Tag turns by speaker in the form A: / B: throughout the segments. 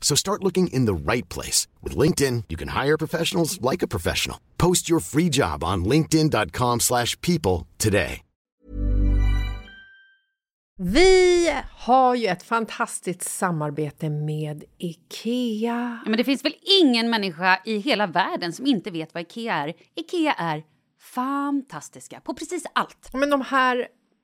A: So start looking in the right place. With LinkedIn, you can hire professionals like a professional. Post your free job on linkedin.com slash people today.
B: Vi har ju ett fantastiskt samarbete med IKEA.
C: Ja, men det finns väl ingen människa i hela världen som inte vet vad Ikea är. Ikea är fantastiska på precis allt.
B: Men de här...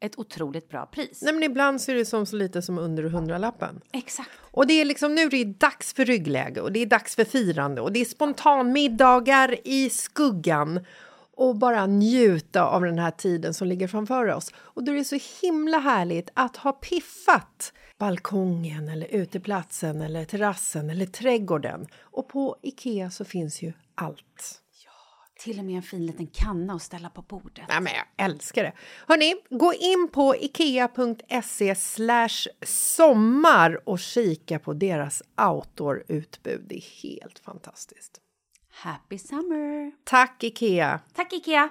C: ett otroligt bra pris.
B: Nej, men ibland så är det som så lite som under hundralappen.
C: Exakt.
B: Och det är liksom nu är det dags för ryggläge och det är dags för firande och det är spontanmiddagar i skuggan och bara njuta av den här tiden som ligger framför oss. Och då är det så himla härligt att ha piffat balkongen eller uteplatsen eller terrassen eller trädgården. Och på Ikea så finns ju allt.
C: Till och med en fin liten kanna att ställa på bordet.
B: Nej, men jag älskar det. Hörni, gå in på ikea.se sommar och kika på deras outdoor-utbud. Det är helt fantastiskt.
C: Happy summer!
B: Tack, Ikea!
C: Tack Ikea!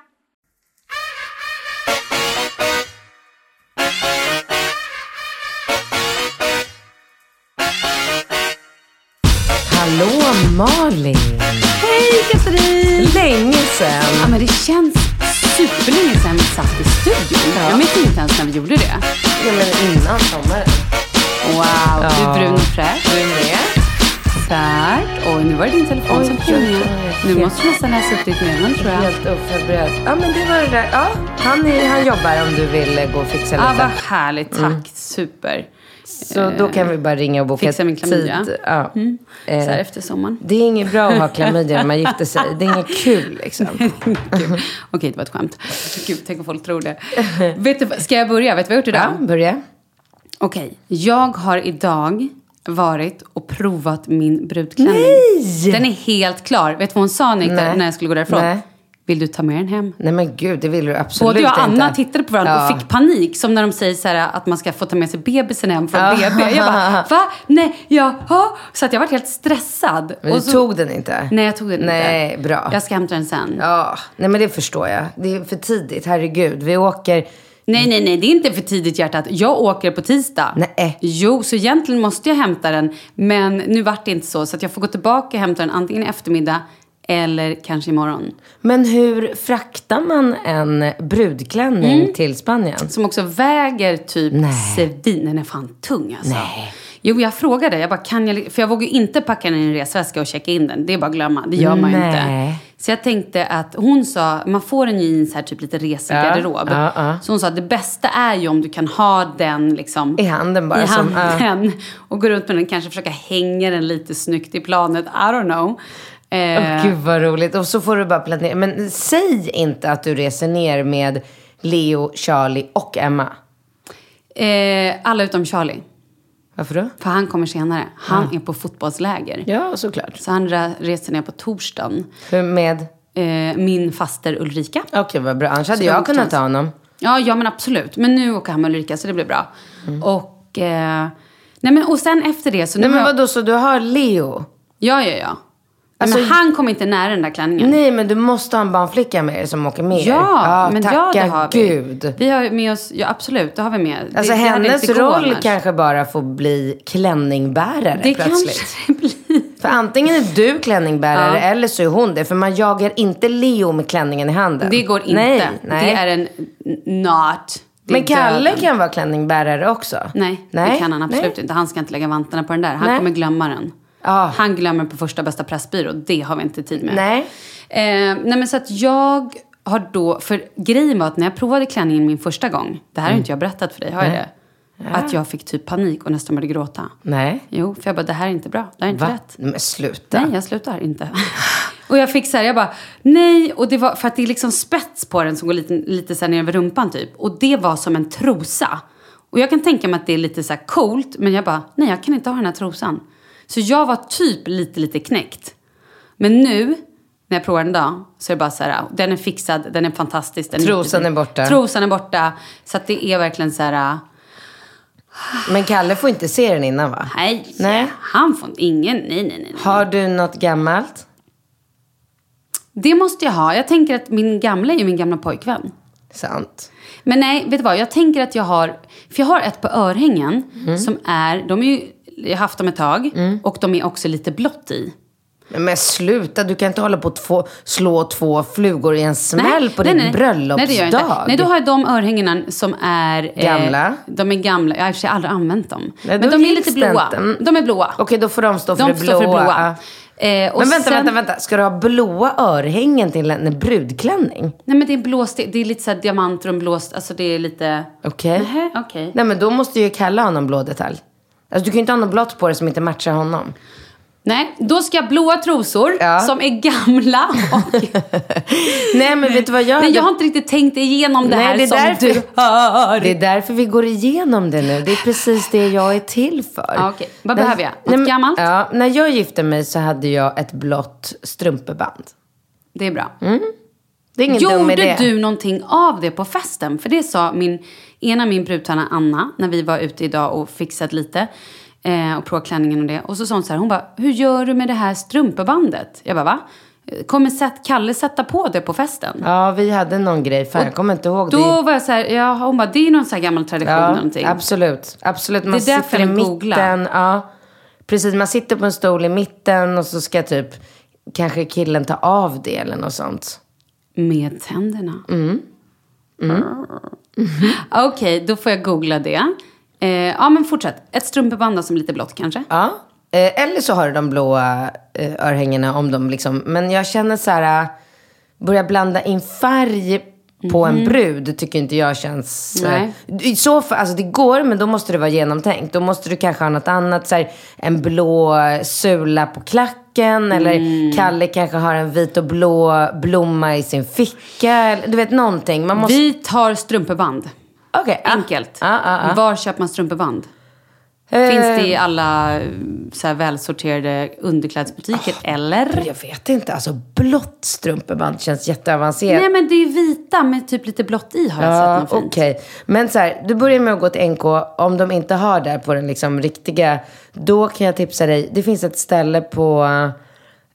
D: Hallå Malin!
C: Hej Katrin!
D: Länge sen!
C: Ja men det känns superlänge sedan vi satt i studion. Jag minns inte ens när vi gjorde det.
D: Ja, men innan sommaren.
C: Wow, du är brun och fräsch.
D: Du med?
C: Tack! Oj, nu var det din telefon
D: Oj,
C: som plingar.
D: jag vet.
C: Nu måste du nästan läsa upp ditt meddelande tror jag.
D: Helt oförberedd. Ja, men det var det där. Ja, han, är, han jobbar om du vill eh, gå och fixa
C: Ah, vad
D: lite.
C: härligt. Tack. Super.
D: Så då kan vi bara ringa och boka
C: fixa min klamydia. Mm.
D: tid. Ja.
C: Så här
D: Eh,
C: efter sommaren.
D: det är inget bra att ha klamydia när man gifter sig. Det är inget kul liksom.
C: Gud. Okej, det var ett skämt. Gud, tänk om folk tror det. Vet du, vad- ska jag börja? Vet du vad jag har gjort idag?
D: Ja, börja.
C: Okej, jag har idag varit och provat min brudklänning.
D: Nej!
C: Den är helt klar. Vet du vad hon sa när jag, gick där-
D: Nej.
C: när jag skulle gå därifrån?
D: Nej.
C: Vill du ta med den hem?
D: Nej men gud, det vill du absolut
C: Både jag och
D: inte.
C: Anna tittade på varandra
D: Ja.
C: och fick panik. Som när de säger så här, att man ska få ta med sig bebisen hem från BB. Jag bara, va? Nej, jaha. Så att jag varit helt stressad.
D: Men du
C: Och så,
D: tog den inte?
C: Nej, jag tog den
D: Nej,
C: inte.
D: bra.
C: Jag ska hämta den sen.
D: Ja, nej men det förstår jag. Det är för tidigt, herregud. Vi åker...
C: Nej, nej, nej, det är inte för tidigt hjärtat. Jag åker på tisdag.
D: Nej.
C: Jo, så egentligen måste jag hämta den. Men nu vart det inte så, så att jag får gå tillbaka och hämta den antingen i eftermiddag eller kanske imorgon.
D: Men hur fraktar man en
C: Mm.
D: brudklänning till Spanien?
C: Som också väger typ
D: Nej.
C: svin. Den är fan tung alltså.
D: Nej.
C: Jo, jag frågade. Jag bara, kan jag, för jag vågar ju inte packa den i en resväska och checka in den. Det är bara att glömma. Det gör man ju inte.
D: Nej.
C: Så jag tänkte att hon sa, man får en jeans här typ lite resegarderob.
D: Ja, ja.
C: Så hon sa, det bästa är ju om du kan ha den liksom
D: I handen bara.
C: i
D: som- ja.
C: handen och gå runt med den. Kanske försöka hänga den lite snyggt i planet. I don't know. Eh,
D: Åh, Gud vad roligt. Och så får du bara planera. Men säg inte att du reser ner med Leo, Charlie och Emma.
C: eh, alla utom Charlie.
D: Varför då?
C: För han kommer senare. Han är på fotbollsläger.
D: Ja, såklart.
C: Så han re- reser ner på torsdagen.
D: Hur med?
C: Eh, min faster Ulrika.
D: Okej, vad bra. Annars hade
C: Så
D: jag
C: långt
D: kunnat
C: hans-
D: ta honom.
C: Ja, ja men absolut. Men nu åker han med Ulrika så det blir bra. Och, eh, nej men, och sen efter det så... nu
D: Mm. Nej, men
C: har jag-
D: vadå, så du har Leo?
C: Ja, ja, ja.
D: Alltså-
C: men han kommer inte nära den där klänningen.
D: Nej, men du måste ha en barnflicka med dig som åker med er.
C: Ja, men ja, det har vi.
D: gud.
C: Vi har ju med oss, ja absolut, det har vi med.
D: Alltså
C: det, det hade
D: hennes
C: inte gått
D: roll
C: annars.
D: kanske bara får bli klänningbärare
C: Det
D: plötsligt.
C: kanske det blir.
D: För antingen är du klänningbärare eller så är hon det. För man jagar inte Leo med klänningen i handen.
C: Det går inte.
D: Nej, nej.
C: Det är en n- not. Det är
D: men Kalle
C: döden.
D: kan vara klänningbärare också.
C: Nej, det kan han absolut inte. Han ska inte lägga vantarna på den där. Han
D: Nej.
C: kommer glömma den.
D: Ja.
C: Han glömmer på första bästa pressbyrå. Det har vi inte tid med.
D: Nej.
C: Eh, nej men så att jag har då, för grejen var att när jag provade klänningen min första gång, det
D: Mm.
C: här har inte jag berättat för dig, har jag det? Att jag fick typ panik och nästan började gråta.
D: Nej.
C: Jo, för jag bara, det här är inte bra. Det här är inte
D: Va?
C: rätt.
D: Men sluta.
C: Nej, jag slutar inte. Och jag fick så här, jag bara, nej. Och det var för att det är liksom spets på den som går lite, lite så här ner över rumpan typ. Och det var som en trosa. Och jag kan tänka mig att det är lite så här coolt, men jag bara, nej jag kan inte ha den här trosan. Så jag var typ lite, lite knäckt. Men nu, när jag provar den idag, så är det bara så här, den är fixad, den är fantastisk. Den
D: Trosan är borta.
C: Trosan är borta. Så att det är verkligen så här,
D: Men Kalle får inte se den innan va?
C: nej,
D: Nej.
C: han får ingen, nej, nej, nej. nej.
D: Har du något gammalt?
C: Det måste jag ha. Jag tänker att min gamla är ju min gamla pojkvän.
D: Sant.
C: Men nej, vet du vad? Jag tänker att jag har... För jag har ett på örhängen
D: Mm.
C: som är... De är ju, jag har haft dem ett tag och de är också lite blått i.
D: Men, men sluta, du kan inte hålla på att få, slå två flugor i en smäll på din bröllopsdag.
C: Nej, det gör jag inte. Nej, då har jag de örhängena som är... eh,
D: Gamla.
C: de är gamla. Jag har i och för sig aldrig använt dem.
D: Nej,
C: Men
D: då
C: de är
D: gills
C: lite
D: det
C: blåa.
D: inte. Mm.
C: De är blåa.
D: Okej, då får de stå för
C: de
D: det
C: står för
D: blåa.
C: blåa. Eh, och
D: Men vänta,
C: sen-
D: vänta, vänta. Ska du ha blåa örhängen till en brudklänning?
C: Nej, men det är blåst. Det det är lite så här diamanter och en blåst. Alltså det är lite...
D: Okej.
C: Nähä, okej.
D: Nej, men då måste ju Kalle ha någon blå detalj. Alltså, du kan ju inte ha något blått på dig som inte matchar honom.
C: Nej, då ska jag ha blåa trosor
D: Ja.
C: som är gamla och...
D: Nej, men vet du vad jag
C: Nej, jag
D: hade-
C: har inte riktigt tänkt igenom det
D: Nej,
C: här
D: det är
C: som
D: därför-
C: du hör.
D: Det är därför vi går igenom det nu. Det är precis det jag är till för.
C: Ja, Ah, okej. Vad
D: När-
C: behöver jag? Något
D: Nej, men-
C: gammalt?
D: Ja, när jag gifte mig så hade jag ett blått strumpeband.
C: Det är bra.
D: Det är Mm, ingen dum idé.
C: Gjorde du någonting av det på festen? För det sa min, ena min brudtärna Anna när vi var ute idag och fixat lite. Eh, och provat klänningen och det. Och så sa hon så här, hon bara, hur gör du med det här strumpebandet? Jag bara, va? Kommer Seth- Kalle sätta på det på festen?
D: Ja, vi hade någon grej. Fan, jag kommer inte ihåg.
C: Då
D: det.
C: var jag så här, ja, hon bara, det är någon så här gammal tradition eller
D: Ja,
C: någonting.
D: absolut. absolut. Man
C: Det är därför
D: sitter i
C: den googlar.
D: mitten. Ja, precis, man sitter på en stol i mitten och så ska typ kanske killen ta av det eller något sånt.
C: Med tänderna?
D: Mm.
C: Okej, då får jag googla det. Eh, ja, men fortsätt. Ett strumpeband då som är lite blått kanske?
D: Ja. Eh, eller så har du de blåa eh, örhängena om de liksom. Men jag känner så här, eh, börja blanda in färg på en brud tycker inte jag känns... eh,
C: Mhm. Nej.
D: I så fall, alltså det går men då måste det vara genomtänkt. Då måste du kanske ha något annat, så här, en blå sula på klacken
C: Mm.
D: eller Kalle kanske har en vit och blå blomma i sin ficka. eller- Du vet någonting. Man måste... Ah.
C: Vi tar strumpeband.
D: Okej, ja.
C: Enkelt.
D: Ja, ja, ja.
C: Var köper man strumpeband?
D: Eh.
C: Finns det i alla eh, så här, välsorterade underklädsbutiker?
D: Ah.
C: eller?
D: Jag vet inte, alltså blått strumpeband känns jätteavancerat.
C: Nej, men det är vita med typ lite blått i har jag
D: Ja,
C: sett något fint.
D: Ah, okej. Men så här, du börjar med att gå till NK. Om de inte har där på den liksom riktiga, då kan jag tipsa dig. Det finns ett ställe på,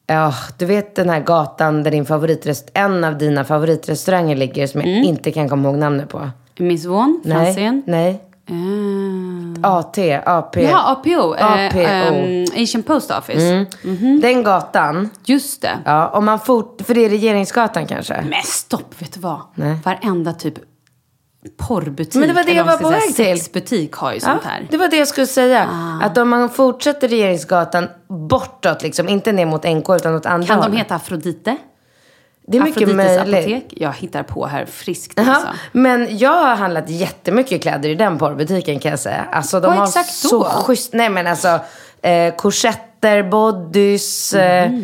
D: ja, du vet den här gatan där din favoritrest, en av dina favoritrestauranger ligger som jag
C: Mm.
D: inte kan komma ihåg namnet på.
C: Miss Vaughan? Franzén?
D: nej.
C: Eh,
D: AT, AP.
C: Ja, APO. eh,
D: APO.
C: ehm, mhm. Asian Post Office.
D: Mm. Den gatan,
C: Just det.
D: ja, om man fort, för det är Regeringsgatan kanske.
C: Men stopp, vet du vad?
D: Nej.
C: Varenda typ porrbutik.
D: Men det var det
C: eller
D: jag
C: vad man
D: var
C: ska
D: på
C: säga,
D: väg till.
C: Sexbutik har ju
D: Ja,
C: sånt här. Ah.
D: det var det jag skulle säga. Att om man fortsätter Regeringsgatan bortåt, liksom, inte ner mot NK utan åt andra
C: Kan de
D: hållet.
C: heta Afrodite?
D: Det är mycket
C: Afrodites
D: möjligt.
C: apotek? Jag hittar på här friskt
D: Ja,
C: alltså.
D: men jag har handlat jättemycket kläder i den porrbutiken kan jag säga. Alltså de
C: Vad
D: har
C: exakt
D: så
C: då?
D: schysst, nej men alltså eh, korsetter, bodys.
C: Mm.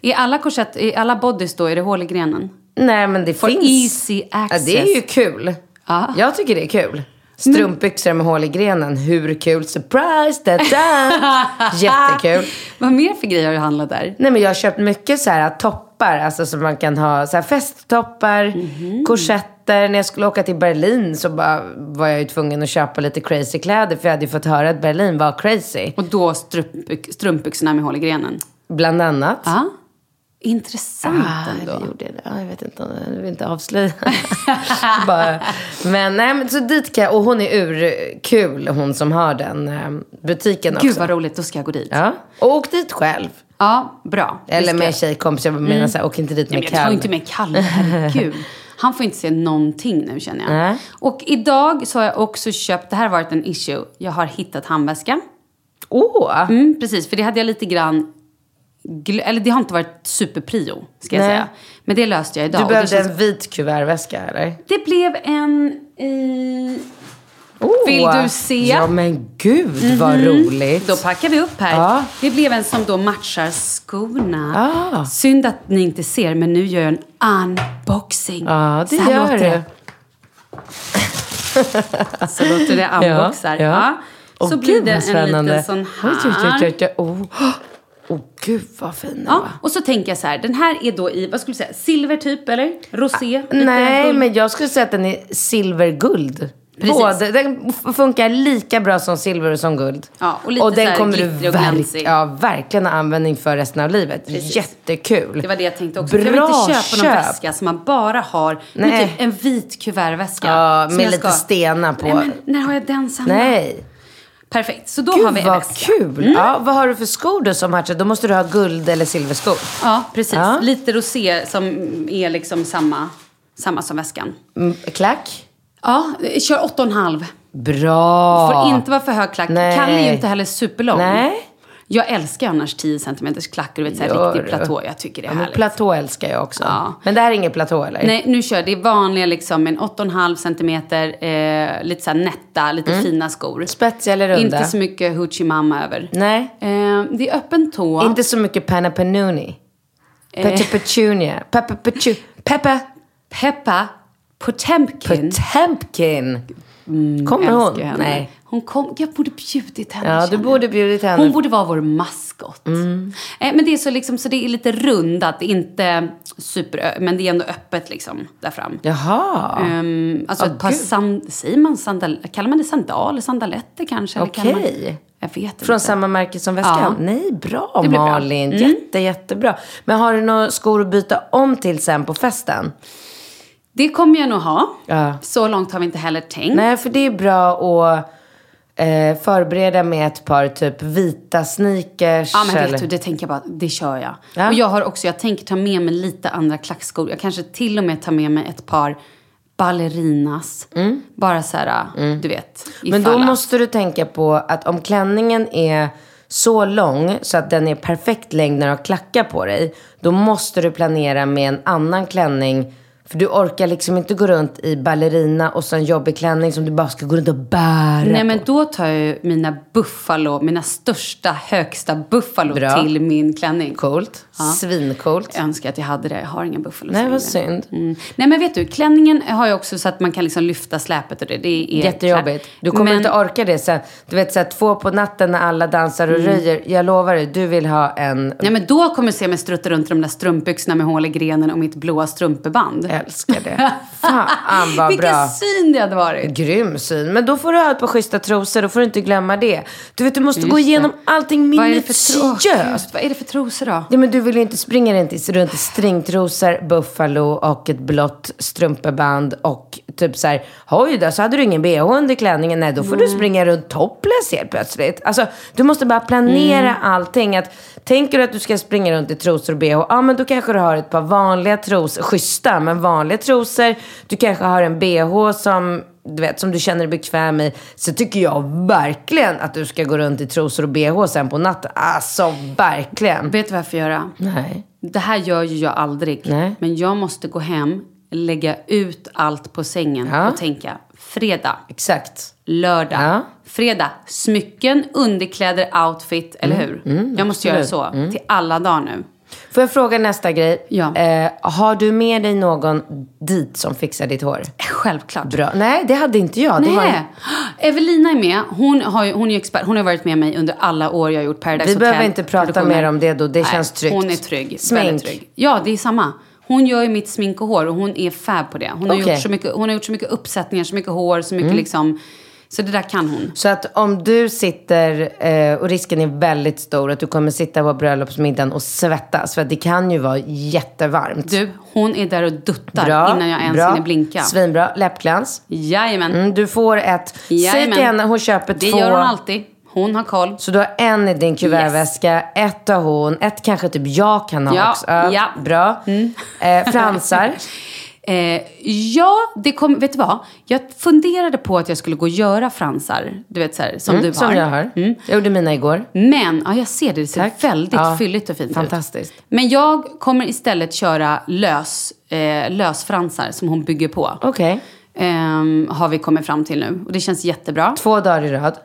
D: Eh,
C: Är alla korsett, är alla bodys då, är det hål i grenen?
D: nej men det
C: For
D: finns.
C: easy access.
D: Ja, det är ju kul.
C: Ja.
D: Jag tycker det är kul. Strumpbyxor med hål i grenen, hur kul? Surprise! Da, da. Jättekul.
C: Ah! Vad mer för grejer har du handlat där?
D: Nej men jag har köpt mycket så här toppar, alltså som man kan ha så här festtoppar,
C: Mhm.
D: korsetter. När jag skulle åka till Berlin så bara, var jag ju tvungen att köpa lite crazy kläder för jag hade ju fått höra att Berlin var crazy.
C: Och då strumpbyx- strumpbyxorna med hål i grenen?
D: Bland annat.
C: Ja. Intressant
D: Ah,
C: ändå.
D: eller gjorde jag det? Ah, jag vet inte, om- jag vill inte avslöja. Bara. Men nej men så dit kan jag, och hon är urkul hon som har den eh, butiken också.
C: Gud vad roligt, då ska jag gå dit. Ja,
D: Ja, och åk dit själv.
C: bra. Vi
D: Eller
C: ska-
D: med en tjejkompis, jag menar så här, åk inte dit
C: Mm. Nej,
D: med
C: men jag tar
D: Kalle.
C: inte med Kalle, herregud. Han får inte se någonting nu känner jag.
D: Nej.
C: Och idag så har jag också köpt, det här har varit en issue, jag har hittat handväska.
D: Åh!
C: Mm, precis, för det hade jag lite grann... Gl- eller det har inte varit superprio, ska jag
D: Nej.
C: säga. Men det löste jag idag.
D: Du
C: och
D: behövde
C: det, känns-
D: en vit kuvertväska eller?
C: det blev en... Eh,
D: Oh.
C: Vill du se? Mhm.
D: Ja men gud vad roligt.
C: då packar vi upp här.
D: Ja.
C: Det blev en som då matchar skorna.
D: Ah.
C: Synd att ni inte ser, men nu gör jag en unboxing.
D: Ja, det
C: Så här
D: gör
C: låter
D: du.
C: Så låter det unboxar.
D: Ja, ja.
C: Så
D: Åh,
C: blir
D: gud,
C: det
D: vad
C: en
D: spännande.
C: liten sån här.
D: Oj, oj, oj, oj, oj. Oh. oh, gud vad fin den
C: Ja,
D: var.
C: och så tänker jag så här, den här är då i, vad skulle du säga, silver typ eller? Rosé? lite
D: Ah, Nej,
C: guld.
D: men jag skulle säga att den är silverguld.
C: Precis.
D: Både, den f- funkar lika bra som silver och som guld.
C: Ja, och lite så
D: den
C: här
D: kommer du
C: glittrig och glansig.
D: ja, verkligen ha användning för resten av livet. Jättekul.
C: Det var det jag tänkte också.
D: Bra
C: jag vill inte köpa någon
D: köp.
C: väska som man bara har.
D: Nej.
C: Nej. Men typ en vit kuvertväska.
D: Ja,
C: som
D: med
C: jag
D: lite stenar på.
C: Nej, men när har jag den sen?
D: Nej.
C: Perfekt, så då har vi Mm.
D: Gud
C: en
D: vad
C: väska.
D: kul! Ja, vad har du för skor då som matchar? Då måste du ha guld eller silverskor.
C: Ja, precis.
D: Ja.
C: Lite rosé som är liksom samma, samma som väskan.
D: Mm, klack?
C: Ja, kör 8,5.
D: Bra!
C: Får inte vara för hög klack.
D: Nej.
C: Kalle är ju inte heller superlång.
D: Nej.
C: Jag älskar annars 10 cm klackar och vet, så här
D: Gör
C: riktig
D: du?
C: platå. Jag tycker det är
D: Ja, men
C: härligt.
D: platå älskar jag också.
C: Ja.
D: Men det här är ingen platå eller?
C: Nej, nu kör jag. Det är vanliga liksom en 8,5 centimeter, eh, lite så här nätta, lite fina skor.
D: Mm. Spetsiga eller runda?
C: Inte så mycket Hoochie Mama över.
D: Nej.
C: Eh, det är öppen tå.
D: Inte så mycket panna panuni.
C: Eh.
D: Petu petunia. Pepe petu... Pepe
C: Peppa Potemkin.
D: Potemkin. Kommer
C: Mm, Älskar
D: hon?
C: henne.
D: Nej.
C: Hon kom, jag borde bjudit henne.
D: Ja, du
C: känner jag.
D: borde bjudit henne. Mm.
C: Hon borde vara vår maskot. Eh, men det är så, liksom, så det är lite rundat, inte super... Men det är ändå öppet liksom där fram.
D: Jaha.
C: Ehm, alltså ett par
D: gud.
C: sand, säger man sandal, kallar man det sandaler, sandaletter kanske? Eller kallar man-
D: Okej.
C: Jag vet inte.
D: Från samma märke som väskan?
C: Ja.
D: Nej, bra
C: Det blir bra. Mm.
D: Malin. Jätte, jättebra. Men har du några skor att byta om till sen på
C: Mm.
D: festen?
C: Det kommer jag nog ha.
D: Ja.
C: Så långt har vi inte heller tänkt.
D: Nej, för det är bra att eh, förbereda med ett par typ vita sneakers.
C: Ja, men
D: eller-
C: vet du, det tänker jag bara, det kör jag.
D: Ja.
C: Och jag har också, jag tänker ta med mig lite andra klackskor. Jag kanske till och med tar med mig ett par ballerinas. Bara så här, du vet.
D: Mm. Men då
C: ifall att-
D: måste du tänka på att om klänningen är så lång så att den är perfekt längd när du har klackar på dig. Då måste du planera med en annan klänning. För du orkar liksom inte gå runt i ballerina och så en jobbig klänning som du bara ska gå runt och bära.
C: Nej men då tar jag ju mina buffalo, mina största, högsta buffalo
D: Bra.
C: till min klänning.
D: Coolt. Svincoolt.
C: Jag önskar att jag hade det. Jag har inga buffalo
D: Nej, vad
C: längre.
D: synd.
C: Mm. Nej men vet du, klänningen har jag också så att man kan liksom lyfta släpet och det. det är
D: Jättejobbigt. Du kommer
C: Men-
D: inte orka det sen. Du vet såhär två på natten när alla dansar
C: Mm.
D: och röjer. Jag lovar dig, du vill ha en...
C: Nej men då kommer du se mig strutta runt i de där strumpbyxorna med hål i grenen och mitt blåa strumpeband.
D: Jag älskar det. Fan vad
C: Vilken
D: bra.
C: syn det hade varit.
D: Grym syn. Men då får du ha ett par schyssta trosor, då får du inte glömma det. Du vet, du måste gå igenom allting
C: Vad är det för tro-
D: minutiöst.
C: Gud, Vad är det för trosor då?
D: Ja, men du vill ju inte springa runt i, runt i stringtrosor, buffalo och ett blått strumpeband och typ så här, oj då, så hade du ingen bh under klänningen, nej då får du springa runt topless helt plötsligt. Alltså du måste bara planera allting. Att, tänker du att du ska springa runt i trosor och bh, ja men då kanske du har ett par vanliga trosor, schyssta men vanliga trosor. Du kanske har en bh som du vet, som du känner dig bekväm i. Så tycker jag verkligen att du ska gå runt i trosor och bh sen på natten. Alltså verkligen.
C: Vet du vad jag får göra?
D: Nej.
C: Det här gör ju jag aldrig.
D: Nej.
C: Men jag måste gå hem, lägga ut allt på sängen
D: Ja.
C: och tänka fredag,
D: Exakt.
C: lördag,
D: Ja.
C: fredag, smycken, underkläder, outfit, eller
D: Mm.
C: hur? jag måste göra så till alla dagar nu.
D: Får jag fråga nästa grej?
C: Ja.
D: Eh, har du med dig någon dit som fixar ditt hår?
C: Självklart.
D: Bra. Nej, det hade inte jag. Det var en...
C: Nej. Evelina är med. Hon, har ju, hon är ju expert. Hon har varit med mig under alla år jag har gjort Paradise
D: Vi
C: Hotel.
D: behöver inte prata
C: produktioner.
D: mer om det då. Det känns tryggt.
C: Hon är trygg.
D: Smink.
C: Väldigt trygg. Ja, det är samma. Hon gör ju mitt smink och hår och hon är fab på det. Hon har,
D: Okej. Mm.
C: gjort, så mycket, hon har gjort så mycket uppsättningar, så mycket hår, så mycket liksom... Så det där kan hon.
D: Så att om du sitter, eh, och risken är väldigt stor att du kommer sitta på bröllopsmiddagen och svettas, för att det kan ju vara jättevarmt.
C: Du, hon är där och duttar innan jag ens
D: bra,
C: hinner blinka.
D: Svinbra. Läppglans.
C: Jajamän.
D: Mm, du får ett. Säg
C: Jajamän.
D: till henne, hon köper
C: Det
D: två.
C: gör hon alltid. Hon har koll.
D: Så du har en i din kuvertväska, ett har hon, ett kanske typ jag kan ha
C: Ja,
D: också.
C: ja. Mm.
D: Bra. Eh, fransar.
C: Eh, ja, det kom, vet du vad? Jag funderade på att jag skulle gå och göra fransar. Du vet så här, som du har.
D: Som jag har.
C: Mm.
D: Jag gjorde mina igår.
C: Men, ja jag ser det, det ser
D: Tack.
C: väldigt
D: Ja,
C: fylligt och fint
D: fantastiskt.
C: ut. Men jag kommer istället köra lös, eh, lösfransar som hon bygger på.
D: Okej.
C: Ehm, har vi kommit fram till nu. Och det känns jättebra.
D: Två dagar i rad.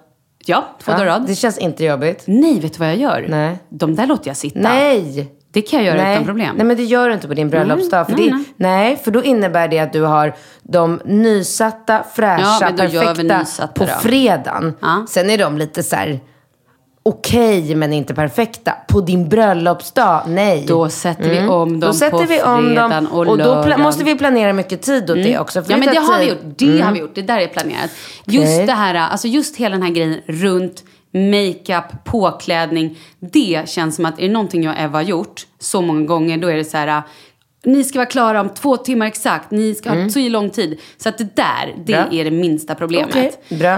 C: ja, två
D: Ja,
C: dagar i rad.
D: Det känns inte jobbigt.
C: Nej, vet du vad jag gör?
D: Nej.
C: De där låter jag sitta.
D: Nej!
C: Det kan jag göra
D: Nej.
C: utan problem. Mm.
D: Nej men det gör du inte på din bröllopsdag. För
C: nej,
D: det,
C: nej.
D: nej, för då innebär det att du har de nysatta, fräscha,
C: Ja, men då gör vi
D: perfekta
C: nysatta
D: på
C: då.
D: fredagen.
C: Ja.
D: Sen är de lite så här okej men inte perfekta. På din bröllopsdag, nej. Mm.
C: Då sätter vi om dem
D: då sätter
C: på
D: vi om dem
C: fredagen och
D: och då pla-
C: lördagen. Mm.
D: måste vi planera mycket tid åt det också. för
C: Ja men
D: tar
C: det har vi
D: tid. Mm.
C: gjort. Det har vi gjort. Det där är planerat. Just
D: Okej.
C: det här, alltså just hela den här grejen runt makeup, påklädning. Det känns som att är det någonting jag och Eva har gjort så många gånger då är det så här. Ni ska vara klara om två timmar exakt. Ni ska
D: Mm.
C: ha så lång tid. Så att det där, det
D: Bra.
C: är det minsta problemet.
D: Okej, bra.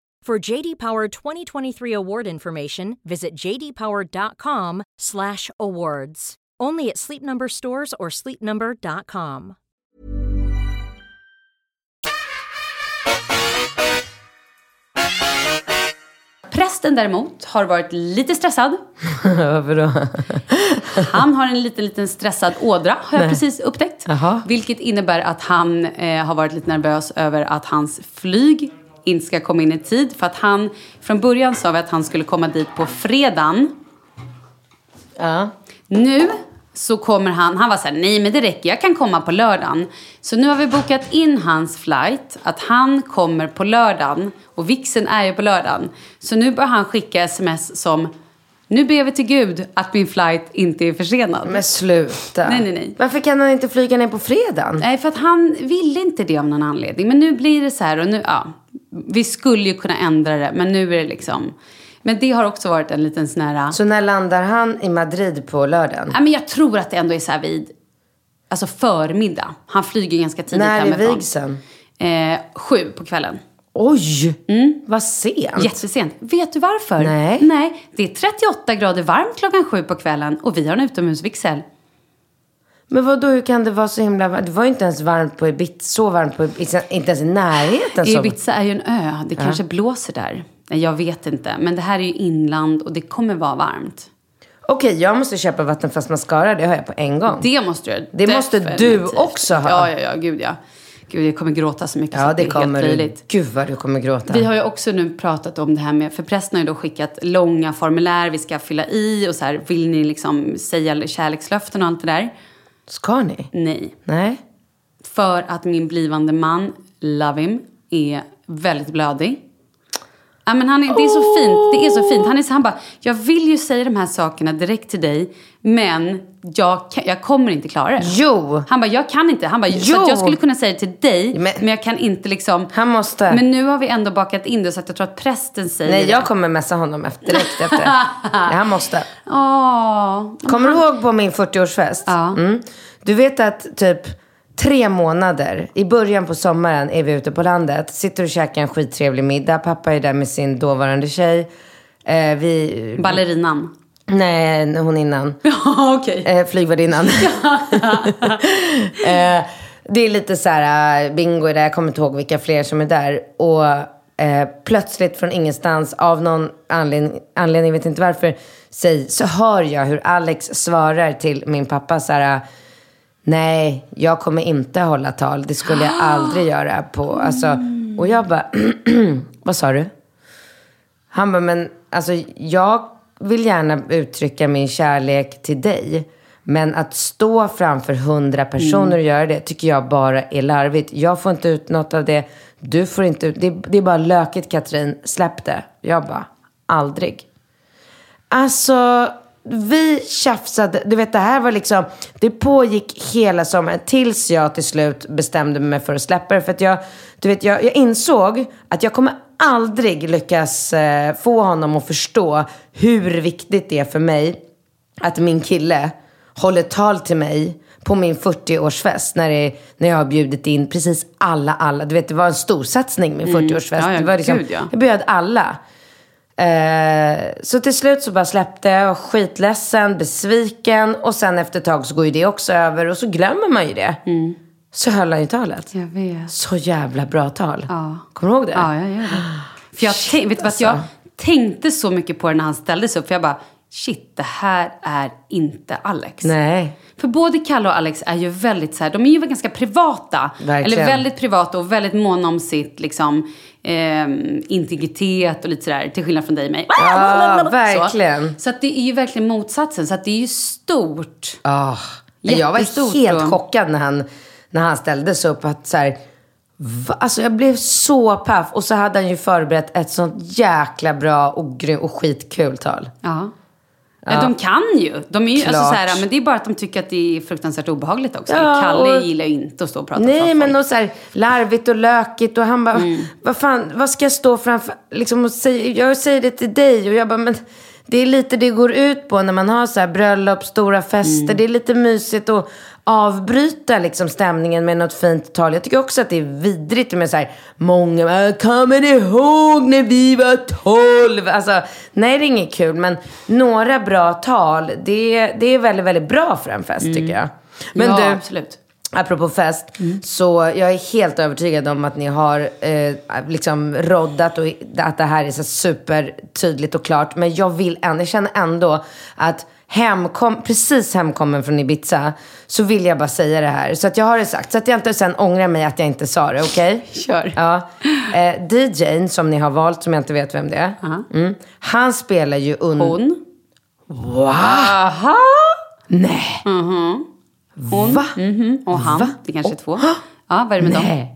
E: For JD Power 2023 award information, visit jdpower.com/awards. Only at Sleep Number stores or sleepnumber.com.
C: Prästen däremot har varit lite stressad.
D: Varför då?
C: Han har en liten, liten stressad ådra har jag precis upptäckt.
D: Jaha.
C: Vilket innebär att han eh, har varit lite nervös över att hans flyg inte ska komma in i tid. För att han, från början sa vi att han skulle komma dit på fredagen.
D: ja.
C: Nu så kommer han, han var så här, nej men det räcker, jag kan komma på lördagen. Så nu har vi bokat in hans flight, att han kommer på lördagen. Och vixen är ju på lördagen. Så nu börjar han skicka sms som, Nu ber vi till Gud att min flight inte är försenad.
D: Men sluta.
C: Nej, nej, nej.
D: Varför kan han inte flyga ner på fredagen?
C: Nej, för att han ville inte det av någon anledning. Men nu blir det så här och nu, ja. Vi skulle ju kunna ändra det, men nu är det liksom. Men det har också varit en liten sån här.
D: Så när landar han i Madrid på lördagen?
C: Ja, men jag tror att det ändå är så här vid, alltså förmiddag. Han flyger ganska tidigt
D: När är
C: hemifrån.
D: vigseln?
C: Eh, sju på kvällen.
D: Oj!
C: Mm.
D: Vad sent.
C: Jättesent. Vet du varför?
D: Alltså. Nej.
C: Nej, det är 38 grader varmt klockan sju på kvällen och vi har en utomhusvigsel.
D: Men vad då? hur kan det vara så himla varmt? Det var ju inte ens varmt på Ibiza. Så varmt på Ibiza. Inte ens i närheten. Så.
C: Ibiza är ju en ö. Det kanske blåser där. Nej, Jag vet inte. Men det här är ju inland och det kommer vara varmt.
D: Okej, jag måste köpa vattenfast mascara. Det har jag på en gång.
C: Det måste du
D: Det måste du
C: definitivt.
D: också ha.
C: Ja, ja, ja. Gud, ja. Gud, jag kommer gråta så mycket. så
D: ja,
C: att
D: det
C: är helt
D: kommer du.
C: löjligt.
D: Gud vad du kommer gråta.
C: Vi har ju också nu pratat om det här med, för prästen har ju då skickat långa formulär vi ska fylla i och så här, vill ni liksom säga kärlekslöften och allt det där?
D: Ska ni?
C: Nej.
D: Nej.
C: För att min blivande man, love him, är väldigt blödig. Ja, men han är, det är så fint. Det är så fint. Han, är så, han bara, jag vill ju säga de här sakerna direkt till dig, men jag, kan, jag kommer inte klara det.
D: Jo!
C: Han bara, jag kan inte. Han bara, så
D: Jo.
C: att jag skulle kunna säga det till dig, men,
D: Men-
C: jag kan inte liksom.
D: Han måste.
C: Men nu har vi ändå bakat in det, så att jag tror att prästen säger
D: Nej, jag
C: det.
D: kommer messa honom efter, direkt efter. Nej, han måste.
C: Åh.
D: Kommer du ihåg på min 40-årsfest?
C: Ja.
D: Mm. Du vet att typ tre månader, i början på sommaren är vi ute på landet, sitter och käkar en skittrevlig middag, pappa är där med sin dåvarande tjej. Eh, vi...
C: Ballerinan.
D: Nej, hon innan.
C: Ja, okej.
D: Eh, flygvärdinnan. eh, det är lite så här eh, bingo i det, jag kommer inte ihåg vilka fler som är där. Och eh, plötsligt från ingenstans, av någon anledning, anledning vet inte varför, säg, så hör jag hur Alex svarar till min pappa så här. eh, Nej, jag kommer inte hålla tal. Det skulle jag aldrig göra på... Alltså, och jag bara, vad sa du? Han bara, men alltså jag vill gärna uttrycka min kärlek till dig. Men att stå framför hundra personer och göra det tycker jag bara är larvigt. Jag får inte ut något av det. Du får inte ut... Det, det är bara löket Katrin. Släpp det. Jag bara, aldrig. Alltså, vi tjafsade. Du vet, det här var liksom... Det pågick hela sommaren tills jag till slut bestämde mig för att släppa det. För att jag, du vet, jag, jag insåg att jag kommer aldrig lyckas eh, få honom att förstå hur viktigt det är för mig att min kille håller tal till mig på min 40-årsfest när, det, när jag har bjudit in precis alla, alla. Du vet, det var en stor satsning min 40-årsfest.
C: Mm. Ja, ja,
D: det var liksom
C: gud, ja.
D: Jag bjöd alla. Eh, så till slut så bara släppte jag, jag var skitledsen, besviken och sen efter ett tag så går ju det också över och så glömmer man ju det. Så höll han ju talet.
C: Mm. Jag vet.
D: Så jävla bra tal.
C: Ja.
D: Kommer du ihåg det?
C: Ja, alltså. jag gör det. För jag, tänk, vet du vad, jag tänkte så mycket på det när han ställde sig upp. För jag bara, shit, det här är inte Alex.
D: Nej.
C: För både Kalle och Alex är ju väldigt så här, de är ju ganska privata.
D: Verkligen.
C: Eller väldigt privata och väldigt måna om sitt liksom, ehm, integritet och lite sådär. Till skillnad från dig och mig.
D: Ja, verkligen.
C: Så, så att det är ju verkligen motsatsen. Så att det är ju stort.
D: Ah, men jag
C: Jättestort
D: var helt
C: och-
D: chockad när han, när han ställde sig upp. Att så här, va? Alltså jag blev så paff. Och så hade han ju förberett ett sånt jäkla bra och, grym, och skitkul tal.
C: Ja. Ja. De kan ju. De är ju alltså
D: Klart.
C: så här, men det är bara att de tycker att det är fruktansvärt obehagligt också.
D: Ja,
C: Kalle
D: och-
C: gillar ju inte att stå och prata
D: Nej,
C: framför
D: men
C: folk. Mm.
D: och så här, larvigt och lökigt. Och han bara, vad fan, vad ska jag stå framför? Liksom, och säga, jag säger det till dig. Och jag bara, men det är lite det går ut på när man har så här bröllop, stora fester.
C: Mm.
D: Det är lite mysigt att avbryta liksom, stämningen med något fint tal. Jag tycker också att det är vidrigt med så här, många, "Jag kommer ihåg när vi var tolv? Alltså, nej det är inget kul. Men några bra tal, det, det är väldigt, väldigt bra för en fest tycker jag. Men
C: Mm. ja,
D: du,
C: absolut.
D: Apropå fest, så jag är helt övertygad om att ni har eh, liksom roddat och att det här är så supertydligt och klart. Men jag vill än, jag känner ändå att hemkom, precis hemkommen från Ibiza så vill jag bara säga det här. Så att jag har det sagt. Så att jag inte sen ångrar mig att jag inte sa det, okej?
C: Kör.
D: Ja. Eh, DJn som ni har valt, som jag inte vet vem det är. Mm, han spelar ju under...
C: Hon.
D: Aha! Nej.
C: Hon. mhm, Och han. Det kanske är två. Ja, vad är det med dem?
D: Nej.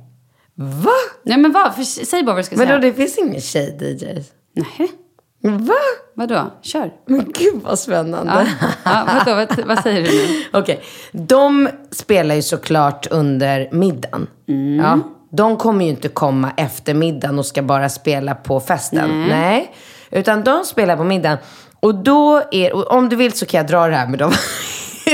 D: Va?
C: Nej men vad? För, säg bara vad du ska
D: Men då,
C: säga.
D: det finns ingen tjej-DJ?
C: Nej.
D: Va?
C: Vadå? Kör.
D: Men gud vad spännande.
C: Ja. Ja, vadå, vad, vad säger du nu?
D: Okej, de spelar ju såklart under middagen.
C: Mm.
D: Ja. De kommer ju inte komma efter middagen och ska bara spela på festen. Nej. Utan de spelar på middagen. Och då är, och om du vill så kan jag dra det här med dem.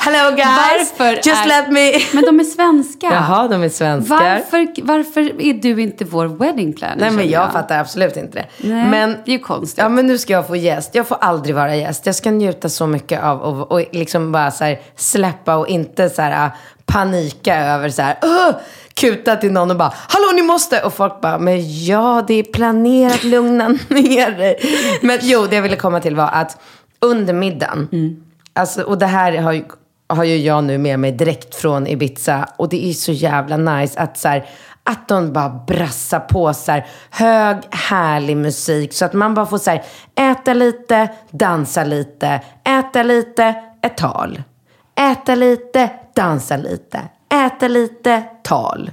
D: Hello guys!
C: Varför
D: Just
C: är-
D: let me...
C: Men de är svenska.
D: Jaha, de är svenskar.
C: Varför, varför är du inte vår wedding planner?
D: Nej men
C: känner
D: jag, fattar absolut inte det.
C: Nej,
D: men,
C: det är ju konstigt.
D: Ja men nu ska jag få gäst. Jag får aldrig vara gäst. Jag ska njuta så mycket av och, och liksom bara så här, släppa och inte så här, ah, panika över så här, "Åh!" kuta till någon och bara hallå ni måste och folk bara men ja det är planerat lugna ner dig. Men jo det jag ville komma till var att under middagen, alltså, och det här har ju har ju jag nu med mig direkt från Ibiza och det är så jävla nice att så här, att de bara brassar på så här, hög, härlig musik. Så att man bara får så här, äta lite, dansa lite, äta lite, ett tal. Äta lite, dansa lite, äta lite, tal.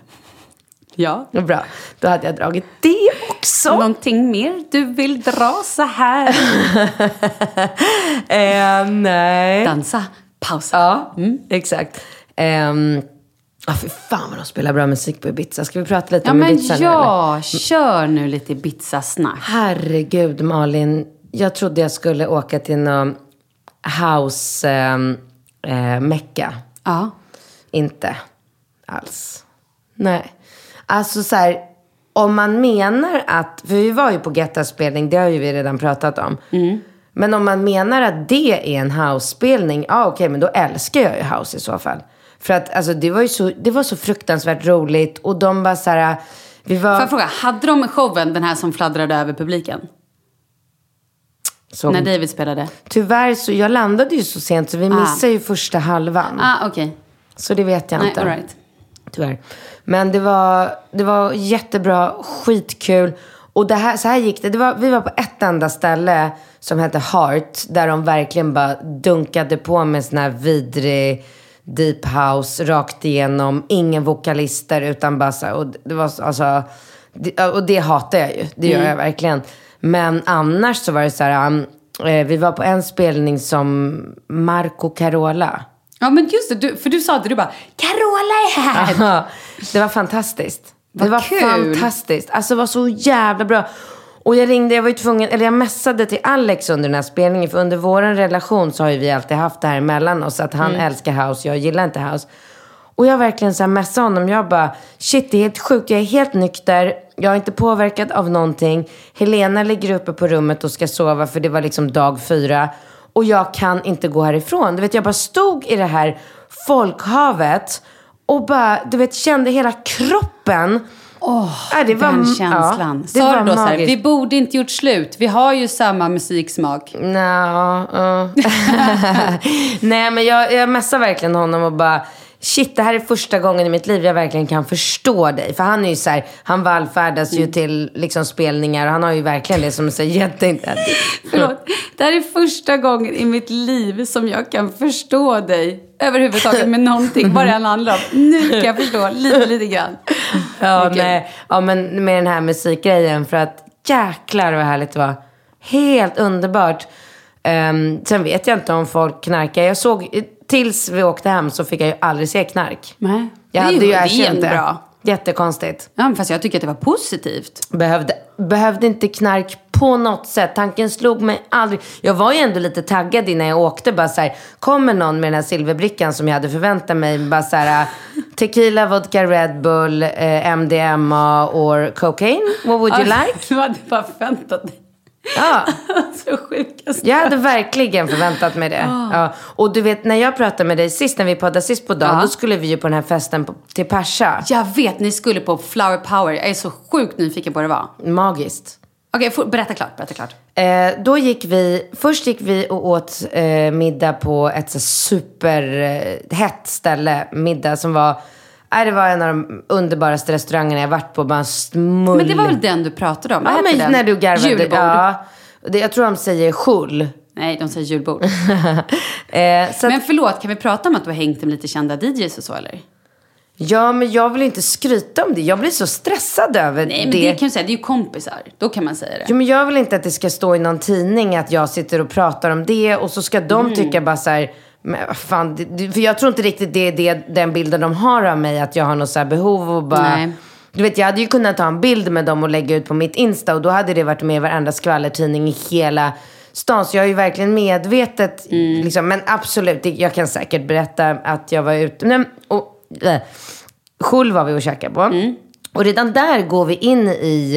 C: Ja.
D: Bra, då hade jag dragit det också.
C: Någonting mer du vill dra så här?
D: Eh, nej.
C: Dansa, pausa. Mm,
D: Ja, exakt. Ehm, ah, fy fan vad de spelar bra musik på Ibiza. Ska vi prata lite
C: Ja
D: om
C: men
D: Ibiza nu, eller?
C: ja, kör nu lite Ibiza-snack.
D: Herregud Malin, jag trodde jag skulle åka till någon house ehm, eh, mecka.
C: Ja.
D: Inte alls. Nej. Alltså så här, om man menar att, för vi var ju på Gettas spelning, det har ju vi redan pratat om.
C: Mm.
D: Men om man menar att det är en house-spelning, ja ah, okej men då älskar jag ju house i så fall. För att alltså det var ju så, det var så fruktansvärt roligt och de bara så här, vi var...
C: Får jag fråga, hade de showen, den här som fladdrade över publiken?
D: Såg
C: När David spelade?
D: Tyvärr så, jag landade ju så sent så vi missade ju första halvan.
C: Ah, okej.
D: Så det vet jag
C: Nej,
D: inte.
C: all right.
D: Tyvärr. Men det var, det var jättebra, skitkul. Och det här, så här gick det. det var, vi var på ett enda ställe som hette Heart. Där de verkligen bara dunkade på med sån här vidrig deep house rakt igenom. Ingen vokalister utan bara så här, och det var så- alltså, det, och det hatar jag ju. Det gör
C: Mm.
D: jag verkligen. Men annars så var det så här, um, eh, vi var på en spelning som Marco Carola.
C: Ja men just det, du, för du sa det, du bara “Carola är här!”
D: Ja, det var fantastiskt.
C: Vad
D: det var
C: kul.
D: fantastiskt. Alltså det var så jävla bra. Och jag ringde, jag var ju tvungen, eller jag messade till Alex under den här spelningen. För under vår relation så har ju vi alltid haft det här mellan oss. Att han älskar house, jag gillar inte house. Och jag verkligen så här messade honom. Jag bara, shit det är helt sjukt. Jag är helt nykter. Jag är inte påverkad av någonting. Helena ligger uppe på rummet och ska sova för det var liksom dag fyra. Och jag kan inte gå härifrån. Du vet jag bara stod i det här folkhavet. Och bara, du vet kände hela kroppen. Ja, det var-
C: Den
D: ja,
C: känslan.
D: det
C: Sa
D: var
C: du då så här,
D: magiskt.
C: vi borde inte gjort slut, vi har ju samma musiksmak.
D: Mm. Nja, ja. Nej men jag, jag messar verkligen honom och bara Shit, det här är första gången i mitt liv jag verkligen kan förstå dig. För han är ju så här, han vallfärdas ju till liksom spelningar och han har ju verkligen det som säger jätte...
C: Förlåt. Det här är första gången i mitt liv som jag kan förstå dig överhuvudtaget med någonting, vad det än handlar om. Nu kan jag förstå lite, lite grann.
D: Ja,
C: Okej.
D: nej. ja, men med den här musikgrejen. För att jäklar vad härligt det var. Helt underbart. Ehm, sen vet jag inte om folk knarkar. Jag såg, tills vi åkte hem så fick jag ju aldrig se knark.
C: Nej.
D: Jag
C: Det är
D: hade
C: ju-
D: ju
C: det är
D: erkänt det.
C: bra.
D: Jättekonstigt.
C: Ja, men fast jag tycker att det var positivt.
D: Behövde, behövde inte knark på något sätt. Tanken slog mig aldrig. Jag var ju ändå lite taggad innan jag åkte. Bara så här, kommer någon med den här silverbrickan som jag hade förväntat mig. Bara så här, äh, tequila, vodka, Red Bull, eh, MDMA or cocaine. What would you like?
C: Du hade bara förväntat dig.
D: Ja.
C: Så sjukast.
D: Jag hade verkligen förväntat mig det. Ja. Och du vet, när jag pratade med dig sist, när vi poddade sist på dagen, då skulle vi ju på den här festen på, till Persa.
C: Jag vet, ni skulle på Flower Power. Jag är så sjukt nyfiken på vad det var.
D: Magiskt.
C: Okej, for- berätta klart, berätta klart.
D: Eh, då gick vi, först gick vi och åt eh, middag på ett så superhett eh, hett ställe. Middag som var, nej det var en av de underbaraste restaurangerna jag varit på. Bara en smull.
C: Men det var väl den du pratade om? Vad
D: Ja,
C: hette
D: men
C: den?
D: när du garvade.
C: Julbord.
D: Ja, det, jag tror de säger skjul.
C: Nej, de säger julbord.
D: Eh, så att,
C: men förlåt, kan vi prata om att du har hängt med lite kända DJs och så eller?
D: Ja, men jag vill inte skryta om det. Jag blir så stressad över
C: Nej, men det, kan jag säga. Det är ju kompisar. Då kan man säga det.
D: Jo, men jag vill inte att det ska stå i någon tidning att jag sitter och pratar om det och så ska de
C: Mm.
D: tycka bara så här, men vad fan, det- det, för jag tror inte riktigt det är det, den bilden de har av mig, att jag har något så här behov och bara...
C: Nej.
D: Du vet, jag hade ju kunnat ta en bild med dem och lägga ut på mitt Insta och då hade det varit med i varenda skvallertidning i hela stan. Så jag är ju verkligen medvetet, liksom, men absolut, det, jag kan säkert berätta att jag var ute, nej, och, äh, Schul var vi och käkade på. Och redan där går vi in i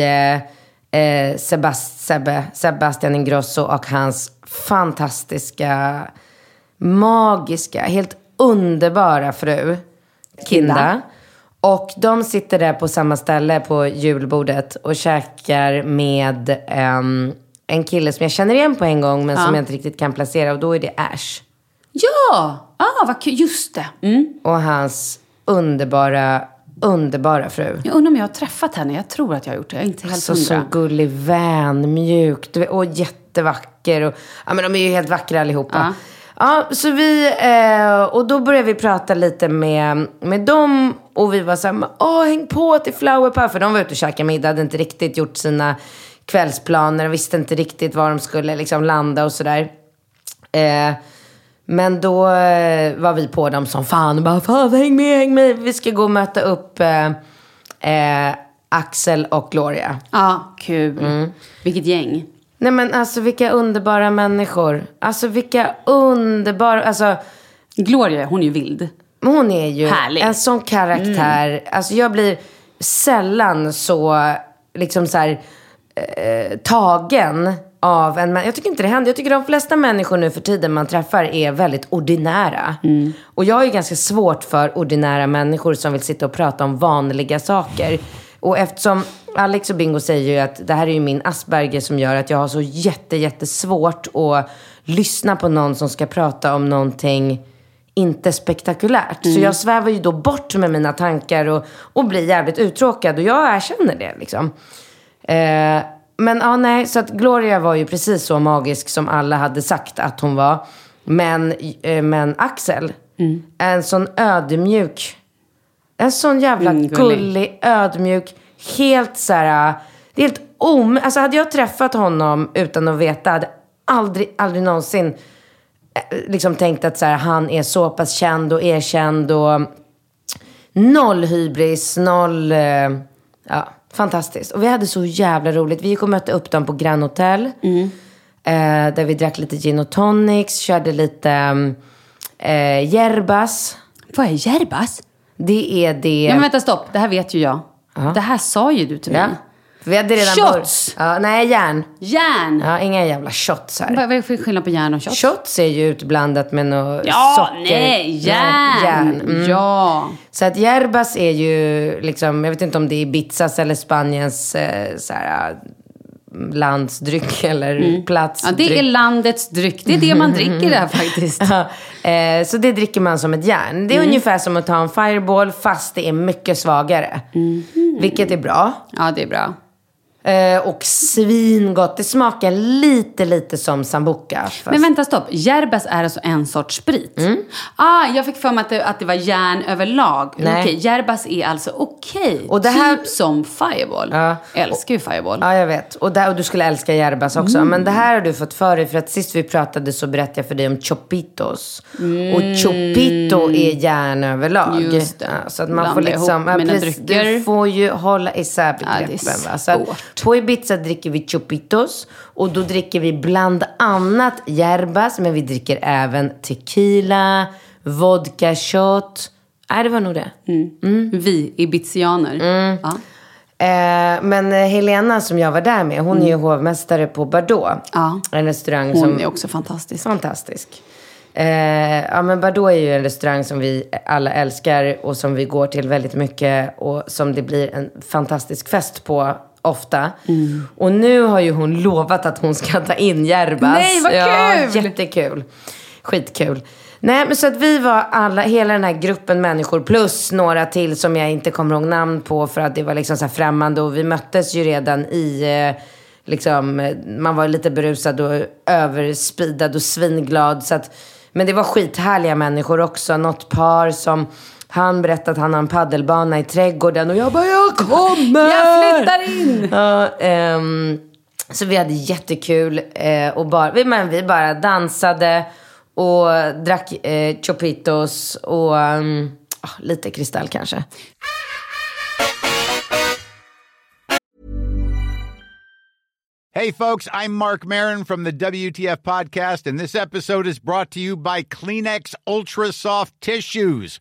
D: eh, eh, Sebast- Sebbe, Sebastian Ingrosso och hans fantastiska, magiska, helt underbara fru. Kinda. Och de sitter där på samma ställe på julbordet och käkar med ehm, en kille som jag känner igen på en gång men som jag inte riktigt kan placera och då är det Ash.
C: Ja! Ah, vad kul. Just det. Mm.
D: Och hans underbara, underbara fru.
C: Jag undrar om jag har träffat henne. Jag tror att jag har gjort det. Jag är inte helt
D: Så, så
C: hundra.
D: gullig, vänmjuk du vet, och jättevacker. Och, ja, men de är ju helt vackra allihopa. Ja. så vi, eh, och då började vi prata lite med, med dem och vi var så här, men, åh häng på till Flower Power. För de var ute och käkade middag, hade inte riktigt gjort sina kvällsplaner och visste inte riktigt var de skulle liksom landa och sådär. Eh, men då eh, var vi på dem som fan och bara, fan häng med, häng med. Vi ska gå och möta upp eh, eh, Axel och Gloria.
C: Ja, kul.
D: Mm.
C: Vilket gäng.
D: Nej men alltså vilka underbara människor. Alltså vilka underbara, alltså
C: Gloria, hon är ju vild.
D: men hon är ju
C: Härlig.
D: en sån karaktär. Alltså jag blir sällan så, liksom så här, eh, tagen av en män- Jag tycker inte det händer. Jag tycker de flesta människor nu för tiden man träffar är väldigt ordinära. Och jag är ju ganska svårt för ordinära människor som vill sitta och prata om vanliga saker. Och eftersom Alex och Bingo säger ju att det här är ju min Asperger som gör att jag har så jätte, jättesvårt att lyssna på någon som ska prata om någonting inte spektakulärt.
C: Mm.
D: Så jag svävar ju då bort med mina tankar och, och blir jävligt uttråkad. Och jag erkänner det liksom. Eh, men ja, nej, så att Gloria var ju precis så magisk som alla hade sagt att hon var. Men, eh, men Axel,
C: Mm.
D: en sån ödmjuk, en sån jävla
C: Mm, gullig.
D: gullig gullig, ödmjuk, helt så här... Det är helt om... Alltså hade jag träffat honom utan att veta, hade aldrig, aldrig någonsin eh, liksom tänkt att så här, han är så pass känd och erkänd och noll hybris, noll... eh, Ja, fantastiskt. Och vi hade så jävla roligt. Vi gick och mötte upp dem på Grand Hotel.
C: Mm.
D: Eh, där vi drack lite gin och tonics, körde lite eh, jerbas.
C: Vad är Jerbas?
D: Det är det...
C: Ja, men vänta, stopp. Det här vet ju jag. Det här sa ju du till
D: Ja.
C: mig.
D: För vi hade redan
C: Shots!
D: bör- Ja, nej, järn.
C: Järn!
D: Ja, inga jävla shots här.
C: Vad vad är för skillnad på järn och shot?
D: Shots är ju utblandat med något
C: Ja,
D: socker.
C: nej, järn!
D: järn. Mm.
C: Ja.
D: Så att Jerbas är ju liksom, jag vet inte om det är Ibizas eller Spaniens eh, så här, eh, landsdryck eller
C: Mm. ja,
D: platsdryck.
C: det är landets dryck. Det är det man dricker där faktiskt.
D: Ja, eh, så det dricker man som ett järn. Det är
C: Mm.
D: ungefär som att ta en fireball fast det är mycket svagare.
C: Mhm.
D: Vilket är bra.
C: Ja, det är bra.
D: Eh, och svingott. Det smakar lite, lite som sambuca. Fast...
C: Men vänta, stopp. Jerbas är alltså en sorts sprit?
D: Mm.
C: Ah, jag fick för mig att det, att det var järn överlag.
D: Nej.
C: Okej, Jerbas är alltså okej.
D: Och det här-
C: Typ som Fireball.
D: Ja.
C: Jag älskar ju Fireball.
D: Ja, jag vet. Och, där, och du skulle älska Järbas också.
C: Mm.
D: Men det här har du fått för dig, för att sist vi pratade så berättade jag för dig om Chopitos. Och Chopito är järn överlag.
C: Mm. Just det.
D: Ja, så att man
C: Blanda
D: får
C: ihop
D: liksom... Ja,
C: mina
D: precis,
C: drycker.
D: du får ju hålla isär
C: det är
D: begreppen. va? Så att
C: svårt.
D: på Ibiza dricker vi Chopitos. Och då dricker vi bland annat Järbas, men vi dricker även tequila, vodka shot. Nej, det var nog det. Mm.
C: Vi ibizianer. Ja.
D: Eh, men eh, Helena som jag var där med, hon är ju hovmästare på Bardot.
C: Mm. Ja.
D: En restaurang
C: Hon
D: som
C: är också fantastisk.
D: fantastisk. Eh, ja men Bardot är ju en restaurang som vi alla älskar och som vi går till väldigt mycket och som det blir en fantastisk fest på ofta.
C: Mm.
D: Och nu har ju hon lovat att hon ska ta in Järbas.
C: Nej, vad kul!
D: Ja, jättekul. Skitkul. Nej men så att vi var alla, hela den här gruppen människor plus några till som jag inte kommer ihåg namn på för att det var liksom så här främmande och vi möttes ju redan i eh, liksom, eh, man var lite berusad och överspidad och svinglad så att men det var skithärliga människor också. Något par som Han berättade att han har en paddelbana i trädgården och jag bara, jag kommer!
C: Jag flyttar in!
D: Ja, ehm, så vi hade jättekul eh, och bara, vi, men vi bara dansade och drack eh, chopitos och ehm, ah, lite kristall kanske.
F: Hey, folks, I'm Mark Marin from the WTF Podcast, and this episode is brought to you by Kleenex Ultra Soft Tissues,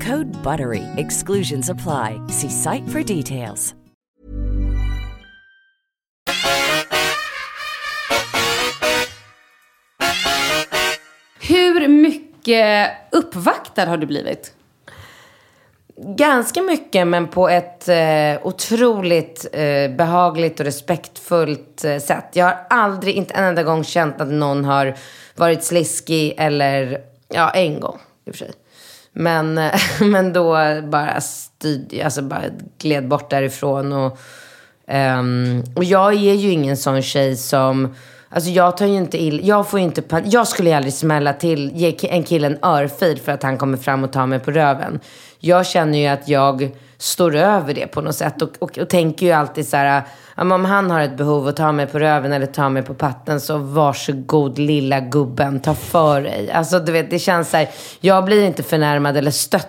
G: Code BUTTERY. Exclusions apply. See site for details.
C: Hur mycket uppvaktad har du blivit?
D: Ganska mycket men på ett eh, otroligt eh, behagligt och respektfullt eh, sätt. Jag har aldrig, inte en enda gång känt att någon har varit sliskig eller, ja en gång i och för sig. Men, eh, men då bara, styrde, alltså bara gled bort därifrån och Ehm, och jag är ju ingen sån tjej som... Alltså jag tar ju inte ill, jag får ju inte pan- Jag skulle ju aldrig smälla till, ge ki- en kille en örfil för att han kommer fram och tar mig på röven. Jag känner ju att jag står över det på något sätt och, och, och tänker ju alltid så här, ja, men om han har ett behov att ta mig på röven eller ta mig på patten så varsågod lilla gubben, ta för dig. Alltså du vet, det känns så här, jag blir inte förnärmad eller stött.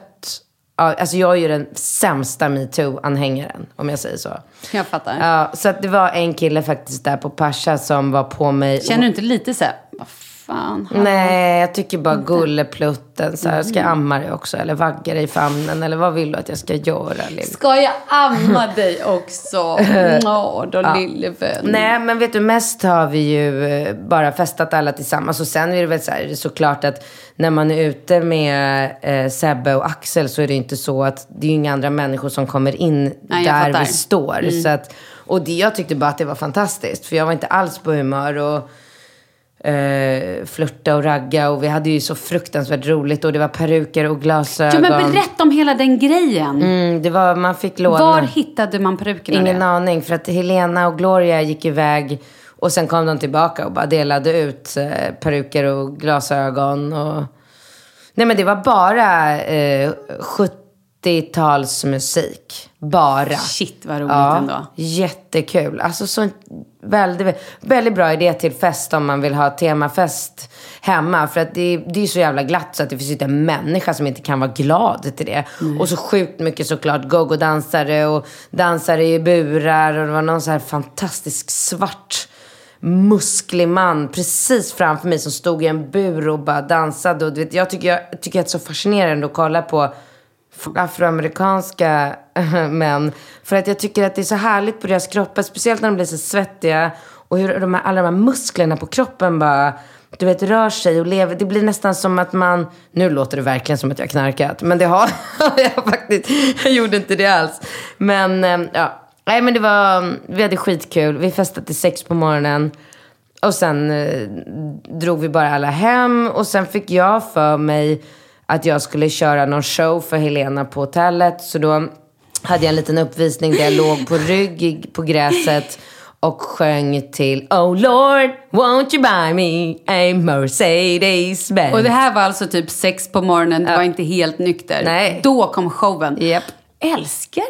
D: Ja, Alltså jag är ju den sämsta metoo-anhängaren, om jag säger så.
C: Jag fattar.
D: Ja, så att det var en kille faktiskt där på Pasha som var på mig.
C: Känner du inte lite så här, vad fan? han-
D: Nej, jag tycker bara gulleplutten. Så här, ska
C: Mm.
D: jag amma dig också? Eller vagga dig i famnen? Eller vad vill du att jag ska göra? liksom? Lill?
C: Ska jag amma dig också? Nå då lille vän.
D: Nej, men vet du, mest har vi ju eh, bara festat alla tillsammans. Och sen är det väl så här, det är såklart att när man är ute med eh, Sebbe och Axel så är det ju inte så att det är ju inga andra människor som kommer in
C: Nej, jag
D: där
C: fattar. Mm.
D: vi står. Så att, och det, jag tyckte bara att det var fantastiskt, för jag var inte alls på humör. Och, eh, flörta och ragga och vi hade ju så fruktansvärt roligt och det var peruker och
C: Ja,
D: glasögon.
C: men berätta om hela den grejen.
D: Alltså. Mm, det var, man fick låna.
C: Var hittade man perukerna?
D: Ingen aning, för att Helena och Gloria gick iväg och sen kom de tillbaka och bara delade ut eh, peruker och glasögon. Och... Nej men det var bara eh, 70-talsmusik. Bara.
C: Shit, vad roligt ändå.
D: Jättekul. Alltså så väldigt, väldigt bra idé till fest om man vill ha temafest hemma. För att det, det är så jävla glatt så att det finns ju inte en människa som inte kan vara glad till det. Och så sjukt mycket såklart go-go-dansare och dansare i burar. Och det var någon så här fantastisk svart musklig man precis framför mig som stod i en bur och bara dansade. Och du vet, jag tycker, jag tycker att det är så fascinerande att kolla på afroamerikanska män. För att jag tycker att det är så härligt på deras kroppar, speciellt när de blir så svettiga. Och hur de här, alla de här musklerna på kroppen bara, du vet, rör sig och lever. Det blir nästan som att man, nu låter det verkligen som att jag har knarkat, men det har jag faktiskt. Jag gjorde inte det alls. Men eh, ja, nej men det var, vi hade skitkul. Vi festade till sex på morgonen. Och sen eh, drog vi bara alla hem och sen fick jag för mig att jag skulle köra någon show för Helena på hotellet. Så då hade jag en liten uppvisning där jag låg på rygg i- på gräset och sjöng till Oh Lord, won't you buy me a Mercedes Benz.
C: Och det här var alltså typ sex på morgonen, du var inte helt nykter.
D: Nej.
C: Då kom showen.
D: Japp. Mm.
C: Älskar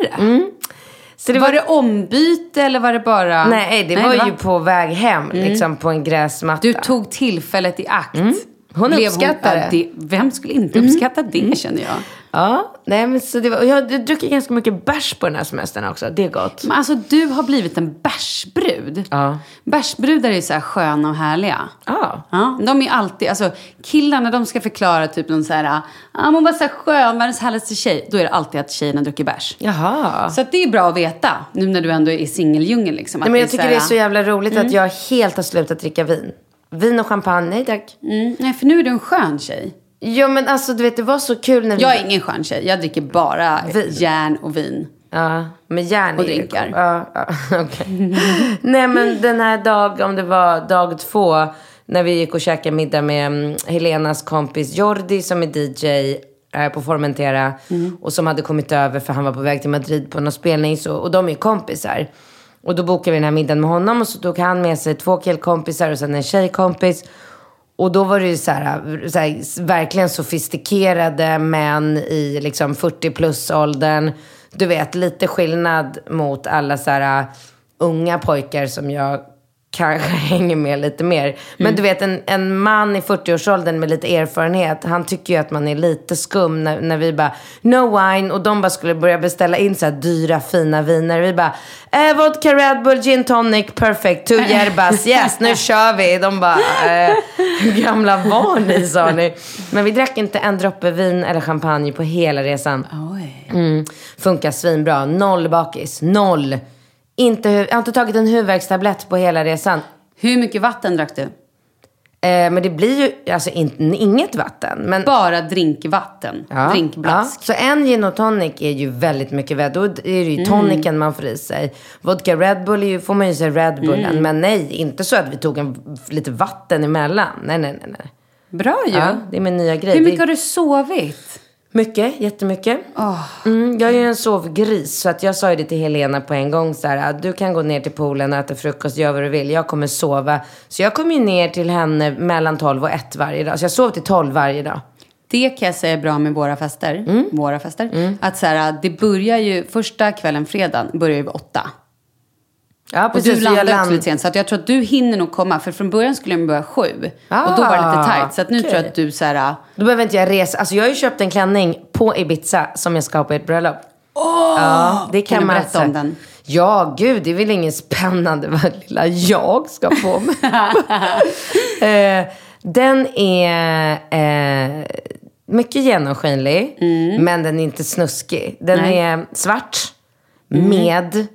C: det! var, det ombyte eller var det bara...
D: Nej, det var ju på väg hem,
C: Mm.
D: liksom på en gräsmatta.
C: Du tog tillfället i akt.
D: Mm. Hon
C: Blev
D: uppskattade Mm.
C: ja, det. Vem skulle inte uppskatta det känner jag.
D: Ja, nej men så det var, och jag har druckit ganska mycket bärs på den här semestern också. Det är gott.
C: Men alltså du har blivit en bärsbrud.
D: Ja.
C: Bärsbrudar är ju så här sköna och härliga.
D: Ja.
C: Ja, de är alltid, alltså killarna de ska förklara typ någon så här, ja ah, hon var så här skön, världens härligaste tjej. Då är det alltid att tjejerna dricker bärs.
D: Jaha.
C: Så att det är bra att veta nu när du ändå är i singeldjungeln liksom. att
D: Nej, men jag
C: så
D: tycker
C: här-
D: det är så jävla roligt
C: Mm.
D: att jag helt har slutat dricka vin. Vin och champagne, nej tack.
C: Mm, nej, för nu är du en skön tjej.
D: Ja men alltså du vet det var så kul när vi...
C: Jag är ingen skön tjej, jag dricker bara
D: Vin.
C: järn och vin.
D: Ja, men gärna
C: Och drinkar.
D: Ja, ja okej. Nej men den här dag, om det var dag två, när vi gick och käkade middag med mm, Helenas kompis Jordi som är DJ eh, på Formentera
C: Mm.
D: och som hade kommit över för han var på väg till Madrid på någon spelning så, och de är ju kompisar. Och då bokade vi den här middagen med honom och så tog han med sig två killkompisar och sen en tjejkompis. Och då var det ju så här, så här verkligen sofistikerade män i liksom 40 plus åldern. Du vet, lite skillnad mot alla så här unga pojkar som jag kanske hänger med lite mer. Men du vet, en, en man i 40-årsåldern med lite erfarenhet, han tycker ju att man är lite skum när, när vi bara, no wine, och de bara skulle börja beställa in så här dyra fina viner. Vi bara, eh, vodka, Red Bull, gin tonic, perfect, two yerbas, yes, nu kör vi. De bara, eh, hur gamla var ni sa ni? Men vi drack inte en droppe vin eller champagne på hela resan.
C: Oj.
D: Mm, funkar svinbra. Noll bakis. Noll. Inte, hu- jag har inte tagit en huvudvärkstablett på hela resan.
C: Hur mycket vatten drack du?
D: Eh, men det blir ju alltså in, inget vatten. Men,
C: Bara drinkvatten,
D: Ja,
C: drinkblask.
D: ja. Så en gin och tonic är ju väldigt mycket vett. Då är det
C: Mm.
D: ju toniken man får i sig. Vodka Red Bull är ju, får man ju i sig Red Bullen.
C: Mm.
D: Men nej, inte så att vi tog en, lite vatten emellan. Nej, nej, nej. nej.
C: Bra ju.
D: Ja, det är min nya grej.
C: Hur
D: Det-
C: mycket har du sovit?
D: Mycket, jättemycket.
C: Ah.
D: Mm, jag är ju en sovgris så att jag sa ju det till Helena på en gång så här, "Ah, du kan gå ner till poolen och äta frukost, gör vad du vill, jag kommer sova. Så jag kom ju ner till henne mellan 12 och 1 varje dag, så jag sov till 12 varje dag.
C: Det kan jag säga är bra med våra fester.
D: Mm.
C: Våra fester. Att så här, det börjar ju, första kvällen, fredagen, börjar ju vid åtta.
D: Ja
C: Och du
D: så jag
C: landar också
D: land-
C: lite sent. Så att jag tror att du hinner nog komma. För från början skulle jag börja sju.
D: Ah,
C: och då var det lite tajt. Så att nu
D: okej.
C: tror jag att du så här...
D: Då behöver inte jag resa, alltså jag har ju köpt en klänning på Ibiza som jag ska ha på ert bröllop. Åh! ja, det kan,
C: Kan du
D: man
C: berätta
D: säga.
C: om den?
D: Ja, gud, det är väl inget spännande vad lilla jag ska på mig. Eh, den är eh, mycket genomskinlig, men den är inte snuskig. Den
C: Mm. Nej. Mm.
D: är svart med...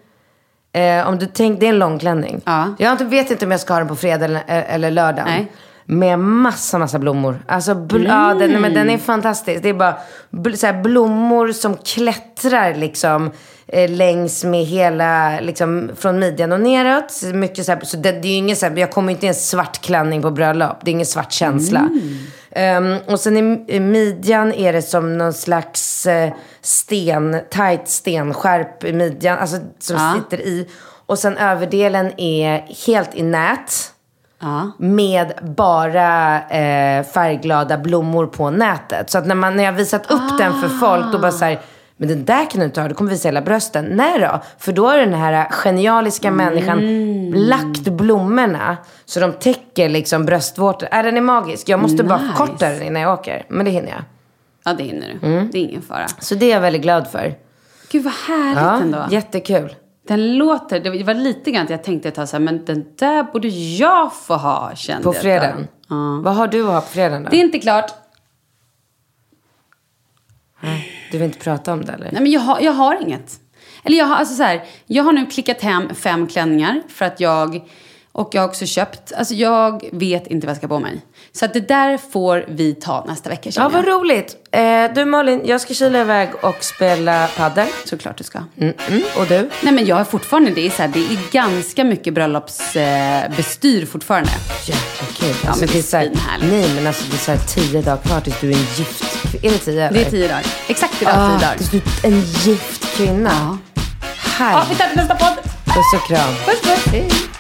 D: Eh, om du tänk, det är en lång klänning.
C: Ja.
D: Jag har inte, vet inte om jag ska ha den på fredag eller, eh, eller lördag.
C: Nej.
D: Med massa, massa blommor. Alltså, bl- ja, den, men den är fantastisk. Det är bara bl- så här, blommor som klättrar liksom eh, längs med hela, liksom från midjan och neråt. Så Mycket så här, så det, det är ju ingen så här, jag kommer ju inte i en svart klänning på bröllop. Det är ingen svart känsla. Ehm, och sen i, i midjan är det som någon slags eh, sten, tajt stenskärp i midjan. Alltså som
C: Ja.
D: sitter i. Och sen överdelen är helt i nät
C: Ja.
D: med bara eh, färgglada blommor på nätet. Så att när, man, när jag visat upp den för folk, då bara så här, men den där kan du inte ha, du kommer visa hela brösten. Nej då, för då har den här genialiska
C: Mm.
D: människan lagt blommorna så de täcker liksom bröstvårtan. Äh, den är magisk, jag måste bara
C: Nice.
D: korta den innan jag åker. Men det hinner jag.
C: Ja, det hinner du.
D: Mm.
C: Det är ingen fara.
D: Så det är jag väldigt glad för.
C: Gud, vad härligt ändå.
D: jättekul.
C: Den låter... Det var lite grann att jag tänkte ett tag så här, men den där borde jag få ha, kände
D: På
C: jag.
D: fredagen.
C: Ja.
D: Vad har du att ha på fredagen då?
C: Det är inte klart.
D: Du vill inte prata om det eller?
C: Nej, men jag har, jag har inget. Eller jag har, alltså så här, jag har nu klickat hem fem klänningar för att jag... Och jag har också köpt. Alltså jag vet inte vad jag ska på mig. Så att det där får vi ta nästa vecka känner
D: Ja, vad
C: jag.
D: roligt. Eh, du Malin, jag ska kila iväg och spela padel.
C: Såklart du ska.
D: Mm, och du?
C: Nej men jag är fortfarande, det är, så här, det är ganska mycket bröllopsbestyr fortfarande.
D: Jäkla kul.
C: Ja,
D: Alltså,
C: men
D: det är så här,
C: Kristin här.
D: nej, men alltså det är så här tio dagar kvar tills du är gift. är det tio dagar?
C: Det är tio dagar. Exakt idag tio dagar.
D: Ah, Du är en gift kvinna.
C: Ja, vi tar nästa podd.
D: Puss och kram.
C: Puss puss. Hej.